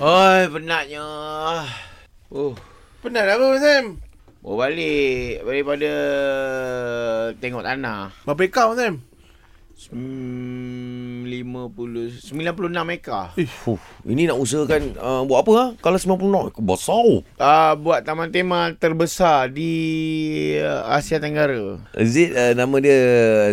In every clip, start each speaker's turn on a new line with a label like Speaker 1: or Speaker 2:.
Speaker 1: Oi, penatnya. Oh,
Speaker 2: Penat apa Sam?
Speaker 1: mau balik daripada tengok tanah.
Speaker 2: Berapa ekar Sam?
Speaker 1: Hmm, 50 96 ekar.
Speaker 3: Fuh, ini nak usahakan uh, buat apa ha? Kalau 90 knot, besar.
Speaker 1: Uh, buat taman tema terbesar di uh, Asia Tenggara.
Speaker 3: Is it uh, nama dia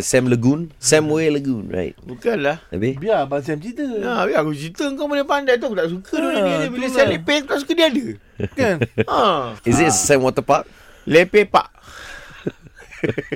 Speaker 3: Sam Lagoon? Samway Lagoon, right?
Speaker 1: Bukanlah.
Speaker 3: Habis?
Speaker 2: Biar Abang Sam cerita.
Speaker 1: Ha, biar aku cerita kau boleh pandai tu aku tak suka ha, dia, dia. Bila
Speaker 2: itulah.
Speaker 1: saya lepeh aku tak suka dia ada.
Speaker 2: Kan?
Speaker 1: Ha.
Speaker 3: Is it Sam Water Park?
Speaker 1: Lepeh pak.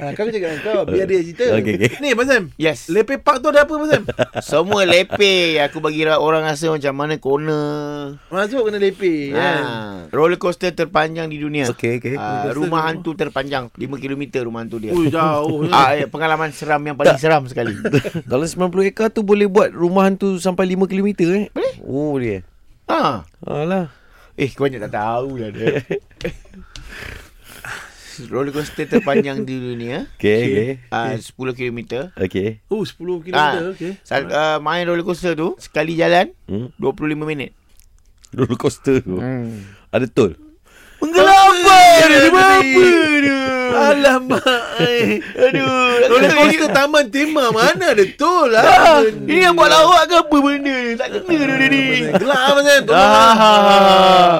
Speaker 2: ha, kau cakap dengan kau. Biar dia cerita.
Speaker 3: Okey, okey.
Speaker 2: Ni Abang Sam.
Speaker 1: Yes.
Speaker 2: Lepe Park tu ada apa Abang Sam?
Speaker 1: Semua lepeh aku bagi ra- orang rasa macam mana corner.
Speaker 2: Masuk kena lepe.
Speaker 3: Ah.
Speaker 2: Kan?
Speaker 1: Ha. Roller coaster terpanjang di dunia.
Speaker 3: Okey, okey.
Speaker 1: Ah, rumah hantu terpanjang 5 km rumah hantu dia.
Speaker 2: Ui jauh.
Speaker 1: Ah, eh, pengalaman seram yang paling seram sekali.
Speaker 3: Kalau 90 ekar tu boleh buat rumah hantu sampai 5 km eh? Boleh. Oh, boleh. eh?
Speaker 1: ha.
Speaker 3: Alah.
Speaker 1: Eh, kau banyak tak tahu lah dia. Roller coaster terpanjang di dunia.
Speaker 3: Okey, okey.
Speaker 1: Ah, 10 km.
Speaker 3: Okey.
Speaker 2: Oh 10 km.
Speaker 1: Ah,
Speaker 2: Okey.
Speaker 1: sal- ah, main roller coaster tu sekali jalan
Speaker 3: Hmm.
Speaker 1: 25 minit.
Speaker 3: Roller coaster tu.
Speaker 1: Hmm.
Speaker 3: Ada tol.
Speaker 1: Menggelapa dia, dia apa dia?
Speaker 2: Alamak. eh.
Speaker 1: Aduh,
Speaker 2: Roller coaster taman tema mana ada tol
Speaker 3: Ya,
Speaker 1: Ah,
Speaker 2: lah.
Speaker 1: ini yang buat lawak ke apa benda ni? Tak kena dia dia ni.
Speaker 2: Gelap Abang Sam.
Speaker 1: Ah.
Speaker 2: Ah.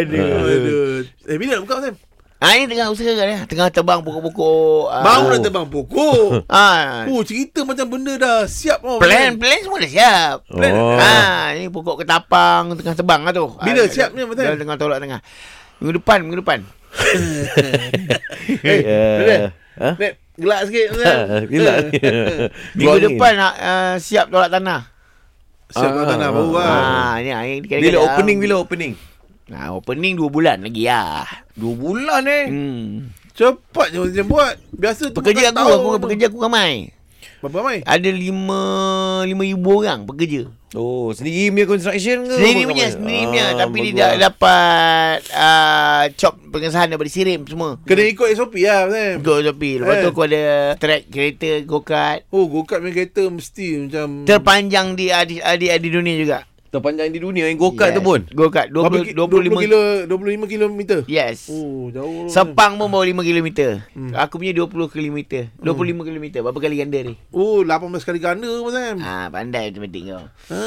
Speaker 1: Aduh.
Speaker 2: Aduh. Eh bila nak buka Abang Sam?
Speaker 1: Ah ini tengah usaha kan ya. Tengah tebang pokok-pokok. ah.
Speaker 2: Baru nak terbang pokok.
Speaker 1: Ah.
Speaker 2: Oh cerita macam benda dah siap oh,
Speaker 1: Plan, plan semua dah siap.
Speaker 3: Plan. Oh.
Speaker 1: Ah, ini pokok ketapang tengah tebang lah tu.
Speaker 2: Bila
Speaker 1: Ah,
Speaker 2: siap ni, Abang Sam?
Speaker 1: Dalam tengah tolak tengah. Minggu depan, minggu depan.
Speaker 2: Eh, Red,
Speaker 3: Ha?
Speaker 2: Red, gelak sikit.
Speaker 3: Ah.
Speaker 2: Eh,
Speaker 3: Bila?
Speaker 1: Minggu depan nak uh, siap tolak tanah.
Speaker 2: Siap
Speaker 3: Ah.
Speaker 2: ah, tanah baru lah.
Speaker 1: Ah, ni ah, ini kira-kira
Speaker 3: Bila
Speaker 1: ah.
Speaker 3: opening, bila opening?
Speaker 1: Nah, opening 2 bulan lagi lah.
Speaker 3: Dua bulan eh.
Speaker 1: Hmm.
Speaker 2: Cepat je macam buat. Biasa tu
Speaker 1: Pekerja
Speaker 2: bukan
Speaker 1: aku,
Speaker 2: tahun
Speaker 1: aku
Speaker 2: tu.
Speaker 1: pekerja aku ramai.
Speaker 2: Berapa mai?
Speaker 1: Ada 5 5000 orang pekerja.
Speaker 3: Oh, sendiri punya construction ke?
Speaker 1: Sendiri
Speaker 3: Apa
Speaker 1: punya,
Speaker 3: kau
Speaker 1: sendiri
Speaker 3: main?
Speaker 1: punya.
Speaker 3: Ah,
Speaker 1: Tapi dia
Speaker 3: bagus
Speaker 1: dah
Speaker 3: lah.
Speaker 1: dapat uh, chop pengesahan daripada sirim semua.
Speaker 2: Kena ikut SOP lah Sam.
Speaker 1: Untuk tepi. Lepas tu
Speaker 2: Eh.
Speaker 1: aku ada track kereta, go-kart.
Speaker 2: Oh, go-kart punya kereta mesti macam
Speaker 1: Terpanjang di di, di, di dunia juga.
Speaker 3: Terpanjang di dunia yang go-kart tu pun.
Speaker 1: Go-kart.
Speaker 2: berapa
Speaker 1: 20,
Speaker 2: ki-
Speaker 1: 25
Speaker 2: 25
Speaker 1: kilo.
Speaker 2: kilo 25 kilometer.
Speaker 1: Yes.
Speaker 2: Oh, jauh.
Speaker 1: Sepang pun bawa 5 km.
Speaker 2: Hmm.
Speaker 1: Aku punya 20 km.
Speaker 3: Hmm.
Speaker 1: 25 km. Berapa kali ganda ni?
Speaker 2: Oh, 18 kali ganda Abang Sam.
Speaker 1: Ha, pandai matematik kau.
Speaker 3: Eh.
Speaker 2: Ha.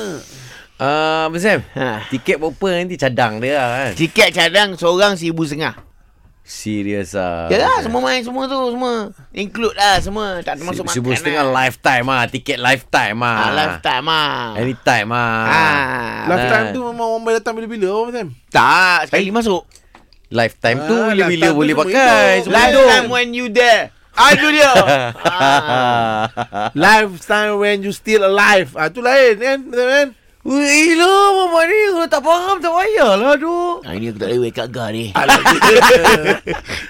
Speaker 3: Ah, uh, Sam.
Speaker 1: Ha.
Speaker 3: Tiket berapa nanti cadang dia lah kan?
Speaker 1: Tiket cadang seorang seribu setengah.
Speaker 3: Serius ah.
Speaker 1: Yalah, semua main semua tu, semua. Include lah semua. Tak termasuk makan
Speaker 3: Sebelum setengah
Speaker 1: lah.
Speaker 3: lifetime ah, tiket lifetime ah.
Speaker 1: Ha, lifetime lah.
Speaker 3: Anytime ah.
Speaker 1: Ha.
Speaker 2: Last
Speaker 3: nah.
Speaker 2: time tu memang orang boleh datang bila-bila Abang Sam.
Speaker 1: Tak, sekali masuk.
Speaker 3: Lifetime tu
Speaker 2: Ah,
Speaker 3: bila-bila
Speaker 2: lifetime tu
Speaker 3: boleh
Speaker 2: semua
Speaker 3: pakai.
Speaker 2: hidup.
Speaker 3: semua
Speaker 1: Last
Speaker 3: hidup.
Speaker 1: time when you there. Aduh dia. ha.
Speaker 3: Ah.
Speaker 2: Lifetime when you still alive. Ah, tu lain kan, Abang Sam kan?
Speaker 3: Weh, lah mamak ni kalau tak faham tak payahlah aduh.
Speaker 1: Ha, ini aku tak boleh wake up gar ni.
Speaker 2: Alah,